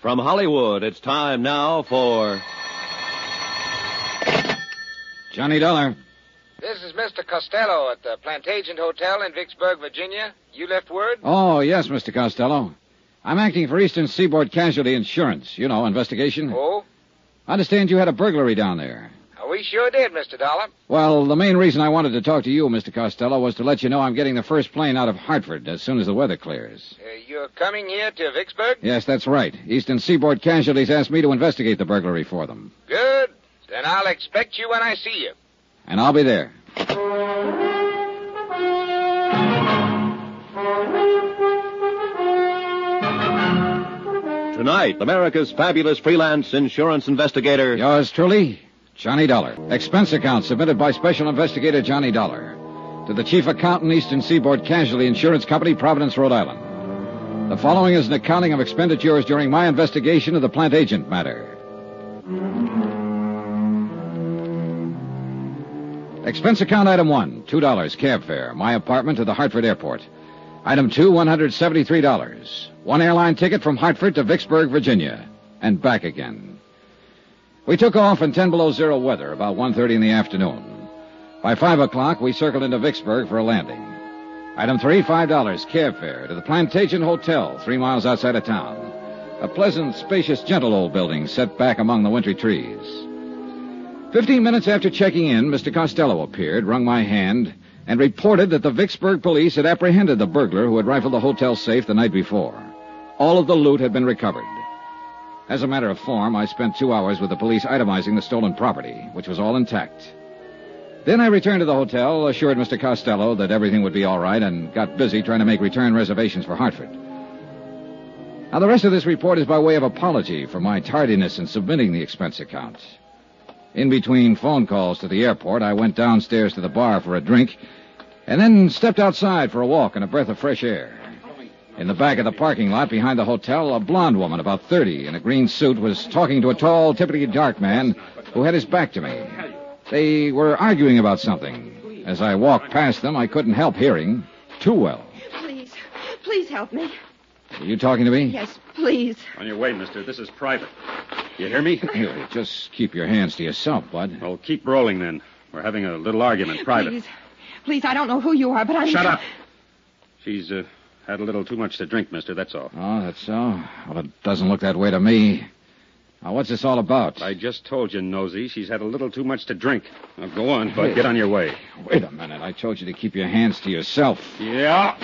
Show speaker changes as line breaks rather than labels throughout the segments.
From Hollywood, it's time now for.
Johnny Dollar.
This is Mr. Costello at the Plantagenet Hotel in Vicksburg, Virginia. You left word?
Oh, yes, Mr. Costello. I'm acting for Eastern Seaboard Casualty Insurance. You know,
Hmm.
investigation.
Oh? uh,
I understand you had a burglary down there.
We sure did, Mr. Dollar.
Well, the main reason I wanted to talk to you, Mr. Costello, was to let you know I'm getting the first plane out of Hartford as soon as the weather clears.
Uh, you're coming here to Vicksburg?
Yes, that's right. Eastern Seaboard Casualties asked me to investigate the burglary for them.
Good. Then I'll expect you when I see you.
And I'll be there.
Tonight, America's fabulous freelance insurance investigator.
Yours truly, Johnny Dollar. Expense account submitted by Special Investigator Johnny Dollar to the Chief Accountant, Eastern Seaboard Casualty Insurance Company, Providence, Rhode Island. The following is an accounting of expenditures during my investigation of the plant agent matter. Expense account item one, two dollars cab fare, my apartment to the Hartford Airport. Item two, one hundred seventy-three dollars. One airline ticket from Hartford to Vicksburg, Virginia, and back again. We took off in 10 below zero weather about 1.30 in the afternoon. By 5 o'clock, we circled into Vicksburg for a landing. Item three, $5 cab fare to the Plantagen Hotel, three miles outside of town. A pleasant, spacious, gentle old building set back among the wintry trees. Fifteen minutes after checking in, Mr. Costello appeared, wrung my hand, and reported that the Vicksburg police had apprehended the burglar who had rifled the hotel safe the night before. All of the loot had been recovered. As a matter of form, I spent two hours with the police itemizing the stolen property, which was all intact. Then I returned to the hotel, assured Mr. Costello that everything would be all right, and got busy trying to make return reservations for Hartford. Now, the rest of this report is by way of apology for my tardiness in submitting the expense account. In between phone calls to the airport, I went downstairs to the bar for a drink, and then stepped outside for a walk and a breath of fresh air. In the back of the parking lot behind the hotel, a blonde woman about 30 in a green suit was talking to a tall, typically dark man who had his back to me. They were arguing about something. As I walked past them, I couldn't help hearing too well.
Please, please help me.
Are you talking to me?
Yes, please.
On your way, mister. This is private. You hear me?
Here, just keep your hands to yourself, bud.
Well, keep rolling then. We're having a little argument, private.
Please, please, I don't know who you are, but I'm.
Shut up. She's uh, had a little too much to drink, mister, that's all.
Oh, that's so? Well, it doesn't look that way to me. Now, what's this all about?
I just told you, Nosy, she's had a little too much to drink. Now go on, bud. Get on your way.
Wait a minute. I told you to keep your hands to yourself.
Yeah.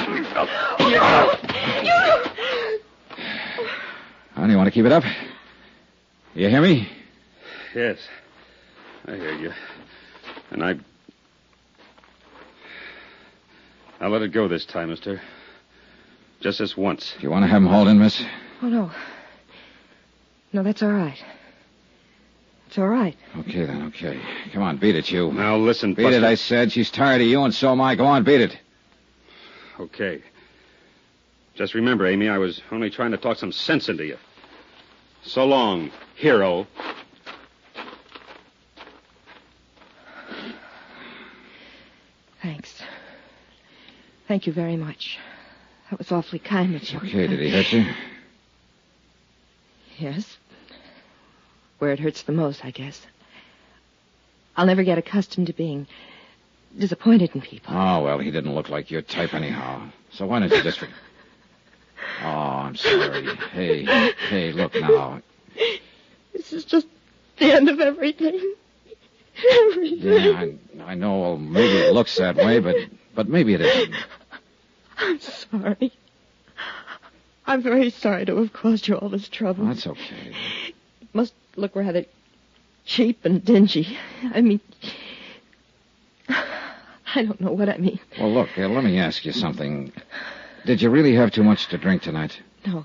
How do you want to keep it up? You hear me?
Yes. I hear you. And I. I'll let it go this time, mister. Just this once.
Do you want to have him hauled in, miss?
Oh, no. No, that's all right. It's all right.
Okay, then, okay. Come on, beat it, you.
Now listen,
Beat
Buster.
it, I said. She's tired of you, and so am I. Go on, beat it.
Okay. Just remember, Amy, I was only trying to talk some sense into you. So long, hero.
Thanks. Thank you very much. That was awfully kind of you.
Okay, did he hurt you?
Yes. Where it hurts the most, I guess. I'll never get accustomed to being disappointed in people.
Oh, well, he didn't look like your type anyhow. So why don't you just... Re- oh, I'm sorry. Hey, hey, look now.
This is just the end of everything. Everything.
Yeah, I, I know well, maybe it looks that way, but but maybe it isn't.
I'm sorry. I'm very sorry to have caused you all this trouble.
Well, that's okay.
must look rather cheap and dingy. I mean, I don't know what I mean.
Well, look, uh, let me ask you something. Did you really have too much to drink tonight?
No.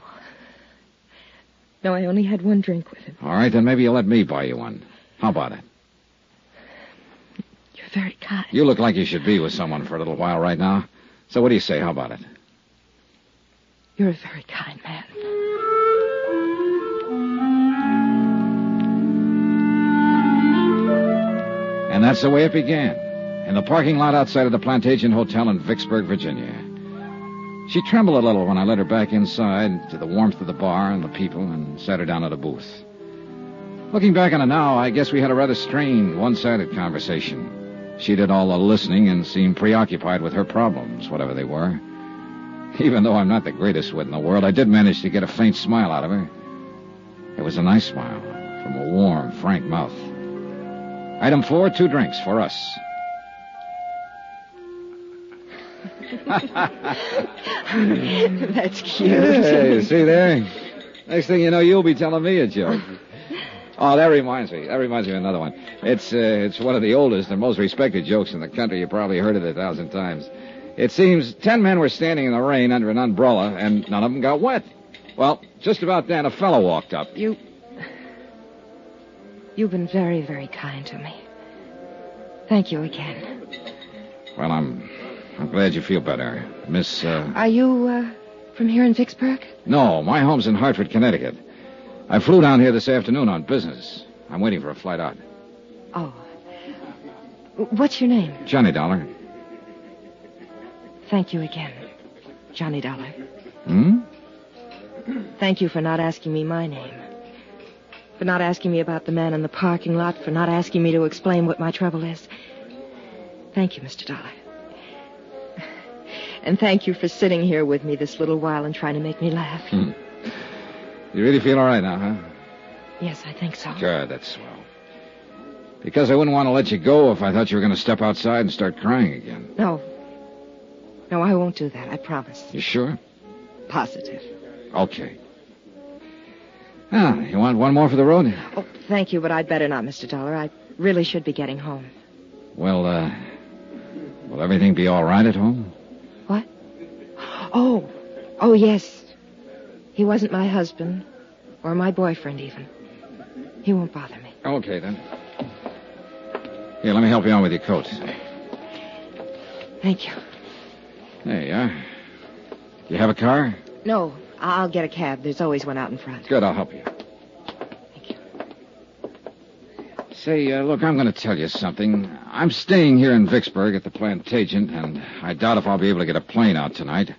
No, I only had one drink with him.
All right, then maybe you'll let me buy you one. How about it?
You're very kind.
You look like you should be with someone for a little while right now. So what do you say? How about it?
You're a very kind man.
And that's the way it began, in the parking lot outside of the Plantagen Hotel in Vicksburg, Virginia. She trembled a little when I led her back inside to the warmth of the bar and the people and sat her down at a booth. Looking back on it now, I guess we had a rather strained, one sided conversation. She did all the listening and seemed preoccupied with her problems, whatever they were. Even though I'm not the greatest wit in the world, I did manage to get a faint smile out of her. It was a nice smile from a warm, frank mouth. Item four two drinks for us.
That's cute.
Hey, see there? Next thing you know, you'll be telling me a joke. Oh, that reminds me. That reminds me of another one. It's uh, it's one of the oldest and most respected jokes in the country. You probably heard it a thousand times. It seems ten men were standing in the rain under an umbrella, and none of them got wet. Well, just about then, a fellow walked up.
You. You've been very, very kind to me. Thank you again.
Well, I'm I'm glad you feel better, Miss. Uh...
Are you uh, from here in Vicksburg?
No, my home's in Hartford, Connecticut. I flew down here this afternoon on business. I'm waiting for a flight out.
Oh. What's your name?
Johnny Dollar.
Thank you again, Johnny Dollar.
Hmm?
Thank you for not asking me my name. For not asking me about the man in the parking lot, for not asking me to explain what my trouble is. Thank you, Mr. Dollar. And thank you for sitting here with me this little while and trying to make me laugh.
You really feel all right now, huh?
Yes, I think so.
Good, that's swell. Because I wouldn't want to let you go if I thought you were going to step outside and start crying again.
No. No, I won't do that. I promise.
You sure?
Positive.
Okay. Ah, you want one more for the road?
Oh, thank you, but I'd better not, Mr. Dollar. I really should be getting home.
Well, uh, will everything be all right at home?
What? Oh, oh, yes. He wasn't my husband, or my boyfriend, even. He won't bother me.
Okay, then. Here, let me help you on with your coat.
Thank you.
There you are. You have a car?
No, I- I'll get a cab. There's always one out in front.
Good, I'll help you.
Thank you.
Say, uh, look, I'm going to tell you something. I'm staying here in Vicksburg at the Plantagenet, and I doubt if I'll be able to get a plane out tonight.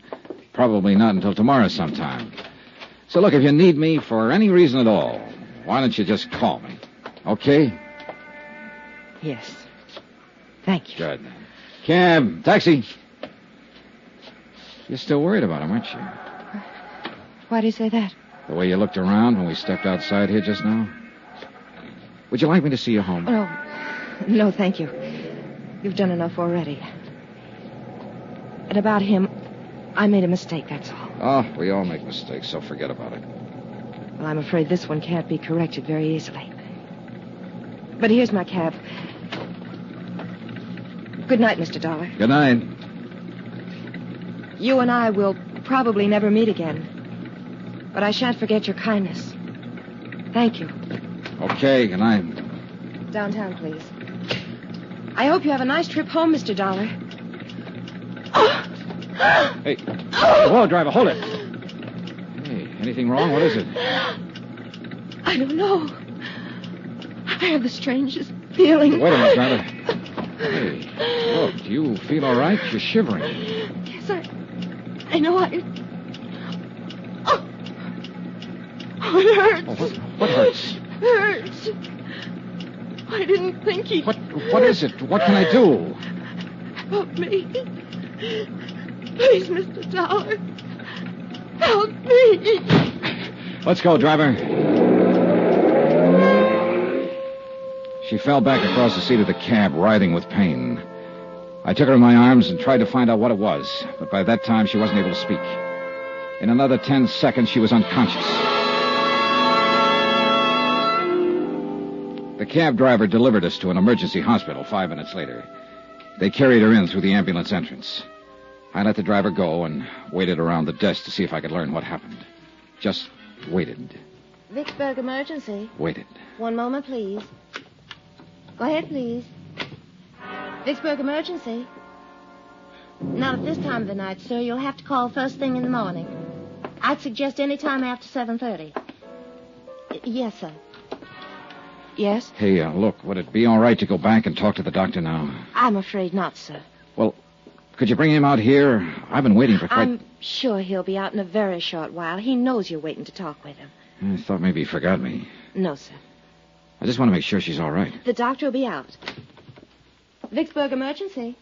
Probably not until tomorrow sometime. So, look, if you need me for any reason at all, why don't you just call me? Okay?
Yes. Thank you.
Good. Cab, taxi. You're still worried about him, aren't you?
Why do you say that?
The way you looked around when we stepped outside here just now? Would you like me to see you home?
Oh, no. No, thank you. You've done enough already. And about him, I made a mistake, that's all.
Oh, we all make mistakes, so forget about it.
Well, I'm afraid this one can't be corrected very easily. But here's my cab. Good night, Mr. Dollar.
Good night.
You and I will probably never meet again. But I shan't forget your kindness. Thank you.
Okay, good night.
Downtown, please. I hope you have a nice trip home, Mr. Dollar.
Hey. Whoa, driver, hold it. Hey, anything wrong? What is it?
I don't know. I have the strangest feeling.
Wait a minute, driver. Hey, look, do you feel all right? You're shivering.
Yes, I. I know I. Oh, oh it hurts.
Oh, what, what hurts?
hurts. I didn't think he
What, what is it? What can I do?
help me. Please, Mr. Dollar, help me.
Let's go, driver. She fell back across the seat of the cab, writhing with pain. I took her in my arms and tried to find out what it was, but by that time she wasn't able to speak. In another ten seconds, she was unconscious. The cab driver delivered us to an emergency hospital five minutes later. They carried her in through the ambulance entrance. I let the driver go and waited around the desk to see if I could learn what happened. Just waited,
Vicksburg emergency.
waited.
One moment, please. Go ahead, please. Vicksburg emergency. Not at this time of the night, sir. You'll have to call first thing in the morning. I'd suggest any time after 7.30. Y- yes, sir.
Yes,
Hey, uh, look, would it be all right to go back and talk to the doctor now?
I'm afraid not, sir.
Well, Could you bring him out here? I've been waiting for quite.
I'm sure he'll be out in a very short while. He knows you're waiting to talk with him.
I thought maybe he forgot me.
No, sir.
I just want to make sure she's all right.
The doctor will be out. Vicksburg emergency.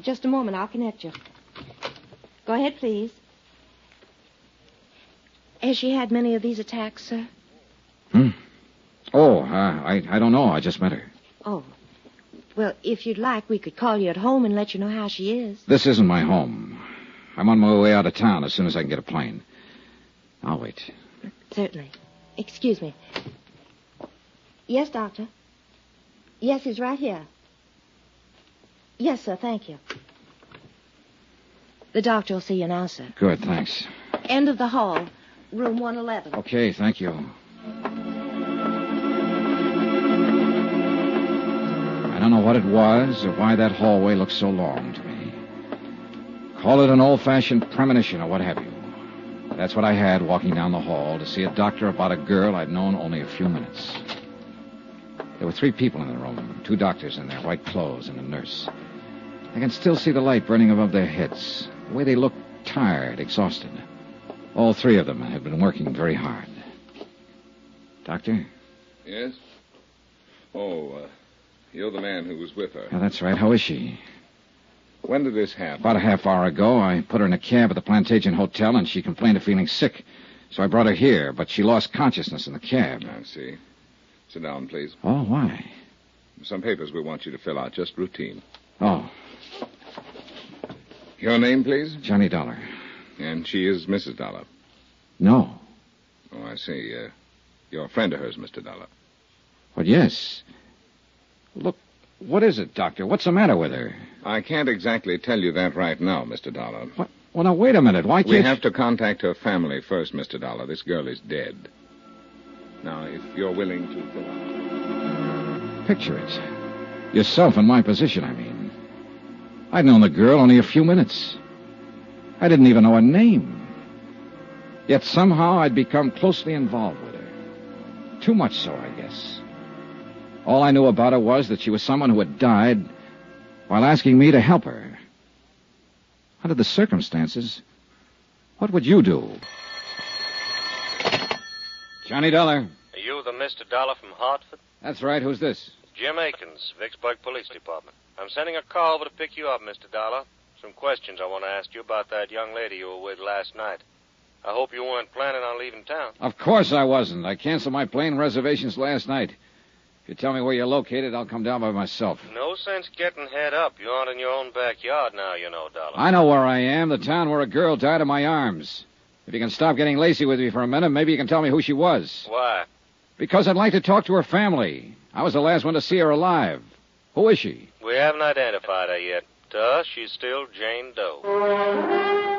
Just a moment, I'll connect you. Go ahead, please. Has she had many of these attacks, sir?
Oh, uh, I I don't know. I just met her.
Oh. Well, if you'd like, we could call you at home and let you know how she is.
This isn't my home. I'm on my way out of town as soon as I can get a plane. I'll wait.
Certainly. Excuse me. Yes, Doctor. Yes, he's right here. Yes, sir, thank you. The doctor will see you now, sir.
Good, thanks.
End of the hall, room 111.
Okay, thank you. I don't know what it was or why that hallway looked so long to me. Call it an old fashioned premonition or what have you. That's what I had walking down the hall to see a doctor about a girl I'd known only a few minutes. There were three people in the room two doctors in their white clothes and a nurse. I can still see the light burning above their heads, the way they looked tired, exhausted. All three of them had been working very hard. Doctor?
Yes? Oh, uh, you're the man who was with her.
Yeah, that's right. How is she?
When did this happen?
About a half hour ago, I put her in a cab at the Plantagen Hotel, and she complained of feeling sick. So I brought her here, but she lost consciousness in the cab.
I see. Sit down, please.
Oh, why?
Some papers we want you to fill out, just routine.
Oh,
Your name, please?
Johnny Dollar.
And she is Mrs. Dollar.
No.
Oh, I see. Uh, you're a friend of hers, Mr. Dollar.
Well, yes. Look, what is it, Doctor? What's the matter with her?
I can't exactly tell you that right now, Mr. Dollar.
Well, now, wait a minute. Why can't
We have to contact her family first, Mr. Dollar. This girl is dead. Now, if you're willing to fill out.
Picture it. Yourself in my position, I mean. I'd known the girl only a few minutes. I didn't even know her name. Yet somehow I'd become closely involved with her. Too much so, I guess. All I knew about her was that she was someone who had died while asking me to help her. Under the circumstances, what would you do? Johnny Dollar.
Are you the Mr. Dollar from Hartford?
That's right. Who's this?
Jim Akins, Vicksburg Police Department. I'm sending a call over to pick you up, Mr. Dollar. Some questions I want to ask you about that young lady you were with last night. I hope you weren't planning on leaving town.
Of course I wasn't. I canceled my plane reservations last night. If you tell me where you're located, I'll come down by myself.
No sense getting head up. You aren't in your own backyard now, you know, Dollar.
I know where I am, the town where a girl died in my arms. If you can stop getting lazy with me for a minute, maybe you can tell me who she was.
Why?
Because I'd like to talk to her family. I was the last one to see her alive. Who is she?
We haven't identified her yet. To us, she's still Jane Doe.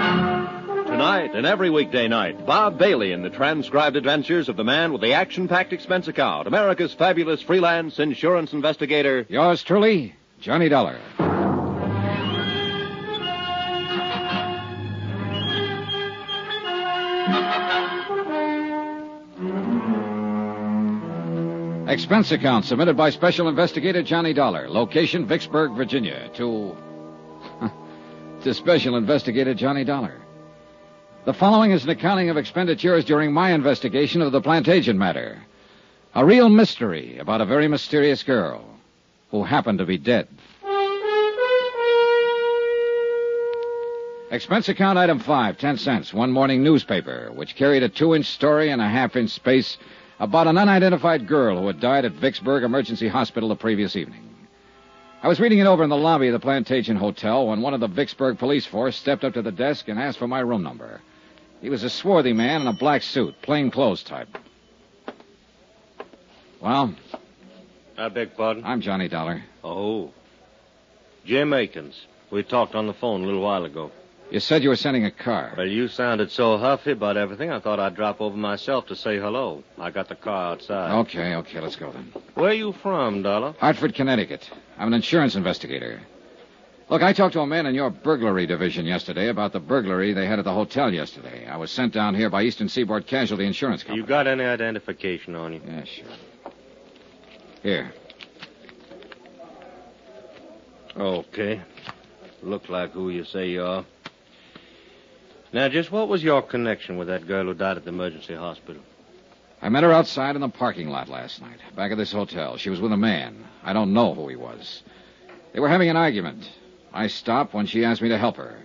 Tonight and every weekday night, Bob Bailey in the transcribed adventures of the man with the action packed expense account, America's fabulous freelance insurance investigator.
Yours truly, Johnny Dollar. Expense account submitted by Special Investigator Johnny Dollar. Location Vicksburg, Virginia. To. to Special Investigator Johnny Dollar. The following is an accounting of expenditures during my investigation of the Plantagen matter. A real mystery about a very mysterious girl who happened to be dead. Expense account item five, ten cents, one morning newspaper, which carried a two inch story and a half inch space about an unidentified girl who had died at Vicksburg Emergency Hospital the previous evening. I was reading it over in the lobby of the Plantation Hotel when one of the Vicksburg police force stepped up to the desk and asked for my room number. He was a swarthy man in a black suit, plain clothes type. Well,
I beg pardon?
I'm Johnny Dollar.
Oh. Jim Akins. We talked on the phone a little while ago.
You said you were sending a car.
Well, you sounded so huffy about everything, I thought I'd drop over myself to say hello. I got the car outside.
Oh.
Okay, okay, let's go then.
Where you from, Dollar?
Hartford, Connecticut. I'm an insurance investigator. Look, I talked to a man in your burglary division yesterday about the burglary they had at the hotel yesterday. I was sent down here by Eastern Seaboard Casualty Insurance Company.
You got any identification on you?
Yeah, sure. Here.
Okay. Look like who you say you are. Now, just what was your connection with that girl who died at the emergency hospital?
I met her outside in the parking lot last night, back at this hotel. She was with a man. I don't know who he was. They were having an argument. I stopped when she asked me to help her.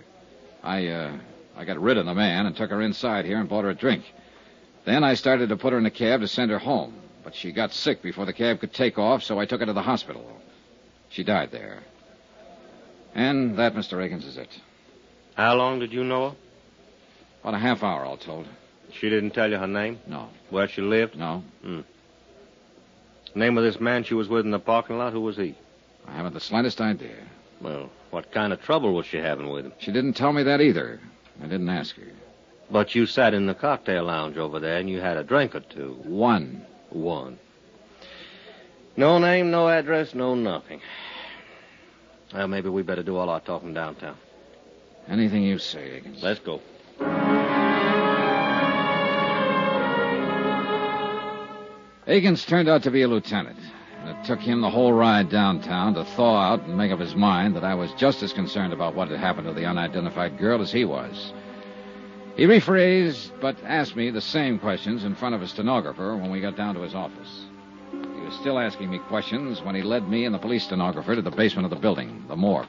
I, uh, I got rid of the man and took her inside here and bought her a drink. Then I started to put her in a cab to send her home, but she got sick before the cab could take off, so I took her to the hospital. She died there. And that, Mr. Akins, is it.
How long did you know her?
About a half hour, all told.
She didn't tell you her name?
No.
Where she lived?
No,
Name of this man she was with in the parking lot? Who was he?
I haven't the slightest idea.
Well, what kind of trouble was she having with him?
She didn't tell me that either. I didn't ask her.
But you sat in the cocktail lounge over there and you had a drink or two.
One.
One. No name, no address, no nothing. Well, maybe we better do all our talking downtown.
Anything you say, Akins.
Let's go.
Akins turned out to be a lieutenant. And it took him the whole ride downtown to thaw out and make up his mind that I was just as concerned about what had happened to the unidentified girl as he was. He rephrased, but asked me the same questions in front of a stenographer when we got down to his office. He was still asking me questions when he led me and the police stenographer to the basement of the building, the morgue.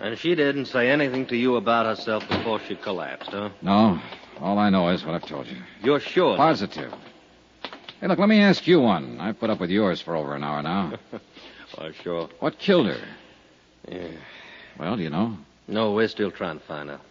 And she didn't say anything to you about herself before she collapsed, huh?
No, all I know is what I've told you.
You're sure?
Positive. Hey, look, let me ask you one. I've put up with yours for over an hour now.
Oh, sure.
What killed her?
Yeah.
Well, do you know?
No, we're still trying to find out.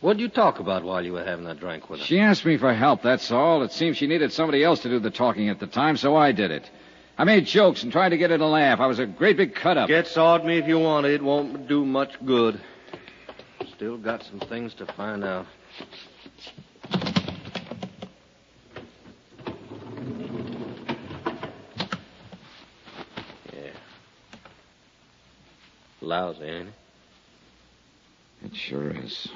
What did you talk about while you were having that drink with her?
She asked me for help, that's all. It seemed she needed somebody else to do the talking at the time, so I did it. I made jokes and tried to get her to laugh. I was a great big cut up.
Get sawed me if you want. It won't do much good. Still got some things to find out. Yeah. Lousy, ain't it?
It sure is.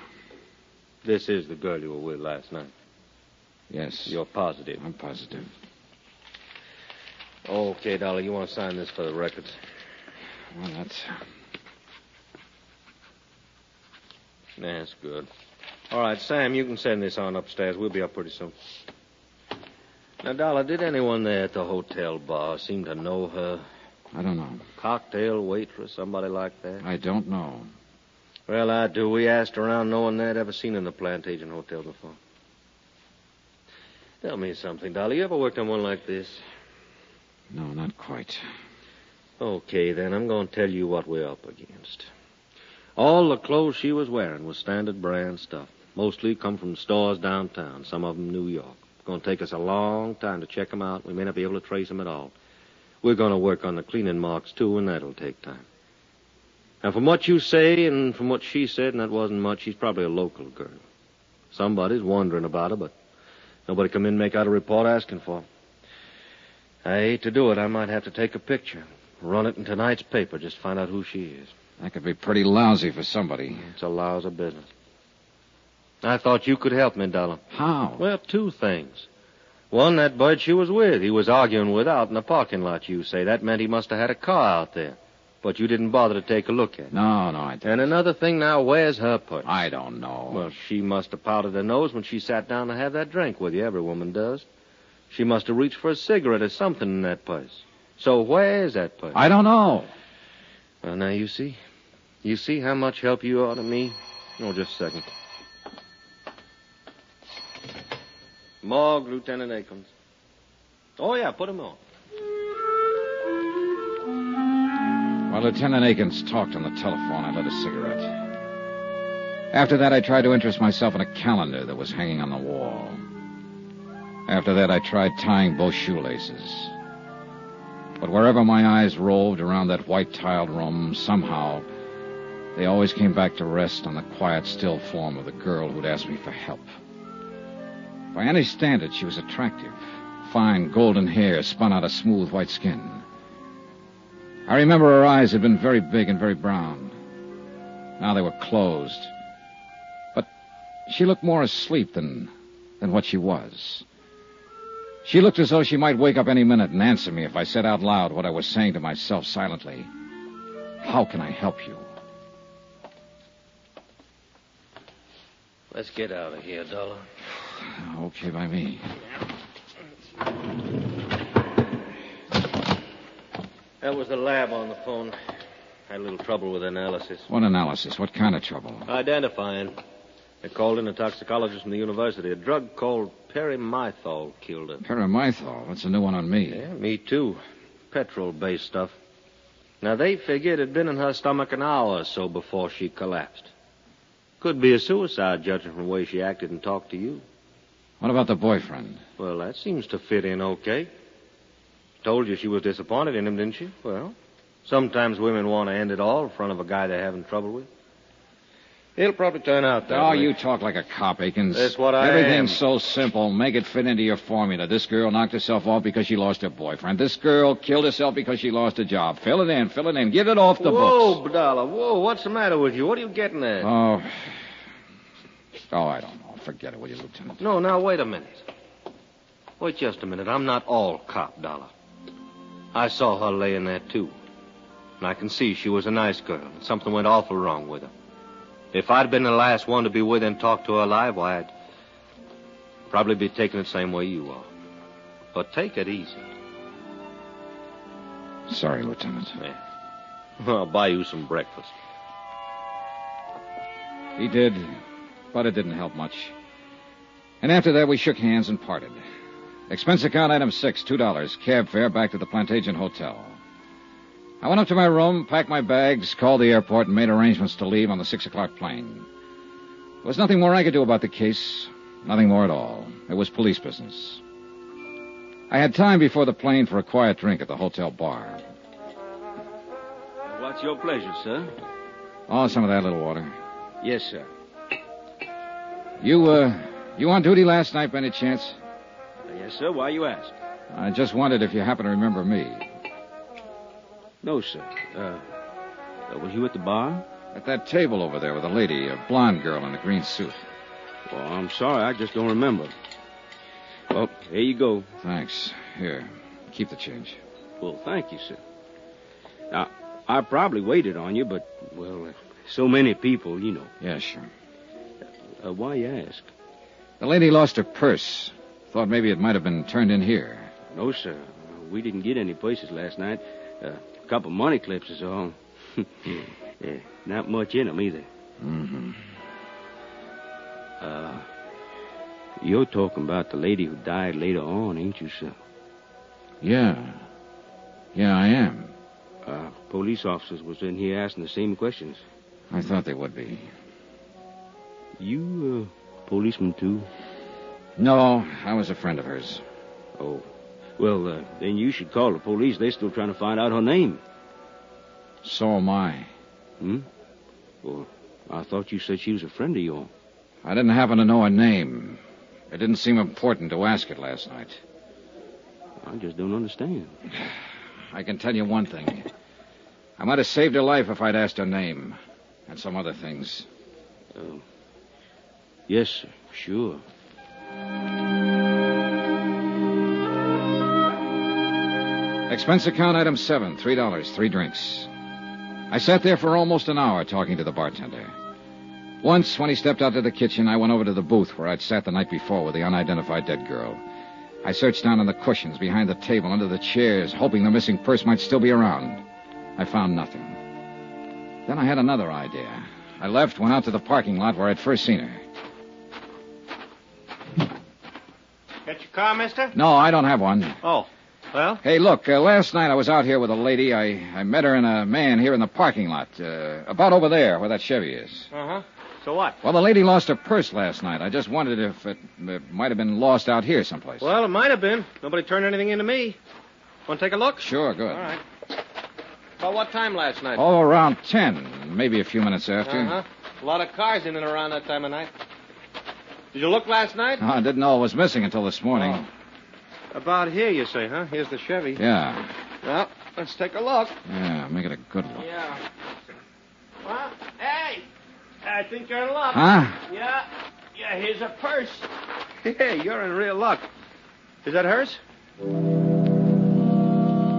This is the girl you were with last night.
Yes.
You're positive.
I'm positive.
Okay, Dollar, you want to sign this for the records?
Well, that's.
That's good. All right, Sam, you can send this on upstairs. We'll be up pretty soon. Now, Dollar, did anyone there at the hotel bar seem to know her?
I don't know.
Cocktail waitress, somebody like that?
I don't know.
Well, I do. We asked around. No one there had ever seen her in the Plantation Hotel before. Tell me something, Dolly. You ever worked on one like this?
No, not quite.
Okay, then. I'm going to tell you what we're up against. All the clothes she was wearing was standard brand stuff. Mostly come from stores downtown, some of them New York. It's going to take us a long time to check 'em out. We may not be able to trace 'em at all. We're going to work on the cleaning marks, too, and that'll take time. Now, from what you say and from what she said, and that wasn't much, she's probably a local girl. Somebody's wondering about her, but nobody come in and make out a report asking for 'em. I hate to do it. I might have to take a picture, run it in tonight's paper, just to find out who she is.
That could be pretty lousy for somebody.
It's a lousy business. I thought you could help me, Dollar.
How?
Well, two things. One, that bird she was with, he was arguing with out in the parking lot, you say. That meant he must have had a car out there. But you didn't bother to take a look at it.
No, no, I
And another thing now, where's her purse?
I don't know.
Well, she must have powdered her nose when she sat down to have that drink with you. Every woman does. She must have reached for a cigarette or something in that purse. So where's that purse?
I don't know.
Well, Uh, now you see. You see how much help you are to me? No, just a second. Morgue, Lieutenant Akins. Oh, yeah, put him on.
While Lieutenant Akins talked on the telephone, I lit a cigarette. After that, I tried to interest myself in a calendar that was hanging on the wall. After that, I tried tying both shoelaces. But wherever my eyes roved around that white tiled room, somehow, they always came back to rest on the quiet, still form of the girl who'd asked me for help. By any standard, she was attractive. Fine golden hair spun out of smooth white skin. I remember her eyes had been very big and very brown. Now they were closed. But she looked more asleep than than what she was. She looked as though she might wake up any minute and answer me if I said out loud what I was saying to myself silently. How can I help you?
Let's get out of here, Dollar.
Okay by me.
That was the lab on the phone. Had a little trouble with analysis.
What analysis? What kind of trouble?
Identifying. They called in a toxicologist from the university. A drug called perimethol killed her.
Paramythol. That's a new one on me.
Yeah, me too. Petrol based stuff. Now, they figured it had been in her stomach an hour or so before she collapsed. Could be a suicide, judging from the way she acted and talked to you.
What about the boyfriend?
Well, that seems to fit in okay. Told you she was disappointed in him, didn't she? Well, sometimes women want to end it all in front of a guy they're having trouble with. It'll probably turn out that
oh,
way.
you talk like a cop, Akins.
That's what I
Everything's
am.
so simple. Make it fit into your formula. This girl knocked herself off because she lost her boyfriend. This girl killed herself because she lost her job. Fill it in, fill it in. Get it off the
whoa,
books.
Dollar, whoa, what's the matter with you? What are you getting at?
Oh. Oh, I don't know. Forget it, will you, Lieutenant?
No, now wait a minute. Wait just a minute. I'm not all cop, Dollar. I saw her laying there too, and I can see she was a nice girl. And something went awful wrong with her. If I'd been the last one to be with her and talk to her alive, why, I'd probably be taking it the same way you are. But take it easy.
Sorry, Lieutenant.
I'll buy you some breakfast.
He did, but it didn't help much. And after that, we shook hands and parted. Expense account item six, two dollars. Cab fare back to the Plantagen Hotel. I went up to my room, packed my bags, called the airport, and made arrangements to leave on the six o'clock plane. There was nothing more I could do about the case. Nothing more at all. It was police business. I had time before the plane for a quiet drink at the hotel bar.
What's your pleasure, sir?
Oh, some of that little water.
Yes, sir.
You, uh, you on duty last night by any chance?
Yes, sir. Why you ask?
I just wondered if you happen to remember me.
No, sir. Uh, was you at the bar?
At that table over there with a lady, a blonde girl in a green suit.
Oh,
Well, I'm sorry. I just don't remember. Well, here you go.
Thanks. Here, keep the change.
Well, thank you, sir. Now, I probably waited on you, but, well, uh, so many people, you know.
Yeah, sure.
Uh, why you ask?
The lady lost her purse. Thought maybe it might have been turned in here.
No, sir. We didn't get any places last night. Uh, a couple money clips is all. yeah, not much in 'em either.
Mm-hmm.
Uh, you're talking about the lady who died later on, ain't you, sir?
Yeah. Yeah, I am.
Uh, police officers was in here asking the same questions.
I thought they would be.
You, uh, policeman, too?
No, I was a friend of hers.
Oh. Well, uh, then you should call the police. They're still trying to find out her name.
So am I.
Hmm? Well, I thought you said she was a friend of yours.
I didn't happen to know her name. It didn't seem important to ask it last night.
I just don't understand.
I can tell you one thing. I might have saved her life if I'd asked her name. And some other things.
Yes, sir. Sure.
Expense account item seven, three dollars, three drinks. I sat there for almost an hour talking to the bartender. Once, when he stepped out to the kitchen, I went over to the booth where I'd sat the night before with the unidentified dead girl. I searched down on the cushions, behind the table, under the chairs, hoping the missing purse might still be around. I found nothing. Then I had another idea. I left, went out to the parking lot where I'd first seen her.
Got your car, mister?
No, I don't have one.
Oh. Well?
Hey, look, uh, last night I was out here with a lady. I, I met her and a man here in the parking lot, uh, about over there where that Chevy is.
Uh huh. So what?
Well, the lady lost her purse last night. I just wondered if it, it might have been lost out here someplace.
Well, it might have been. Nobody turned anything into me. Want to take a look?
Sure, good.
All right. About what time last night?
All around 10, maybe a few minutes after.
Uh huh. A lot of cars in and around that time of night. Did you look last night?
Ah, I didn't know it was missing until this morning.
Oh. About here, you say, huh? Here's the Chevy.
Yeah,
Well, let's take a look.
yeah, make it a good one.
Yeah. Well, hey, I think you're in luck.
Huh?
Yeah, yeah. Here's a purse.
Hey, you're in real luck. Is that hers?
It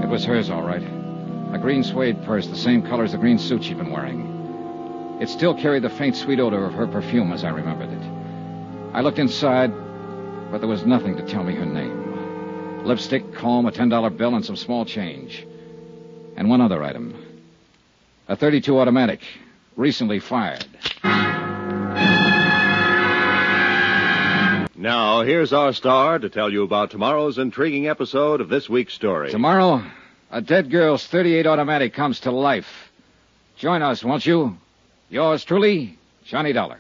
was hers, all right. A green suede purse, the same color as the green suit she'd been wearing. It still carried the faint sweet odor of her perfume as I remembered it. I looked inside, but there was nothing to tell me her name. Lipstick, comb, a $10 bill, and some small change. And one other item. A 32 automatic, recently fired.
Now, here's our star to tell you about tomorrow's intriguing episode of this week's story.
Tomorrow, a dead girl's 38 automatic comes to life. Join us, won't you? Yours truly, Johnny Dollar.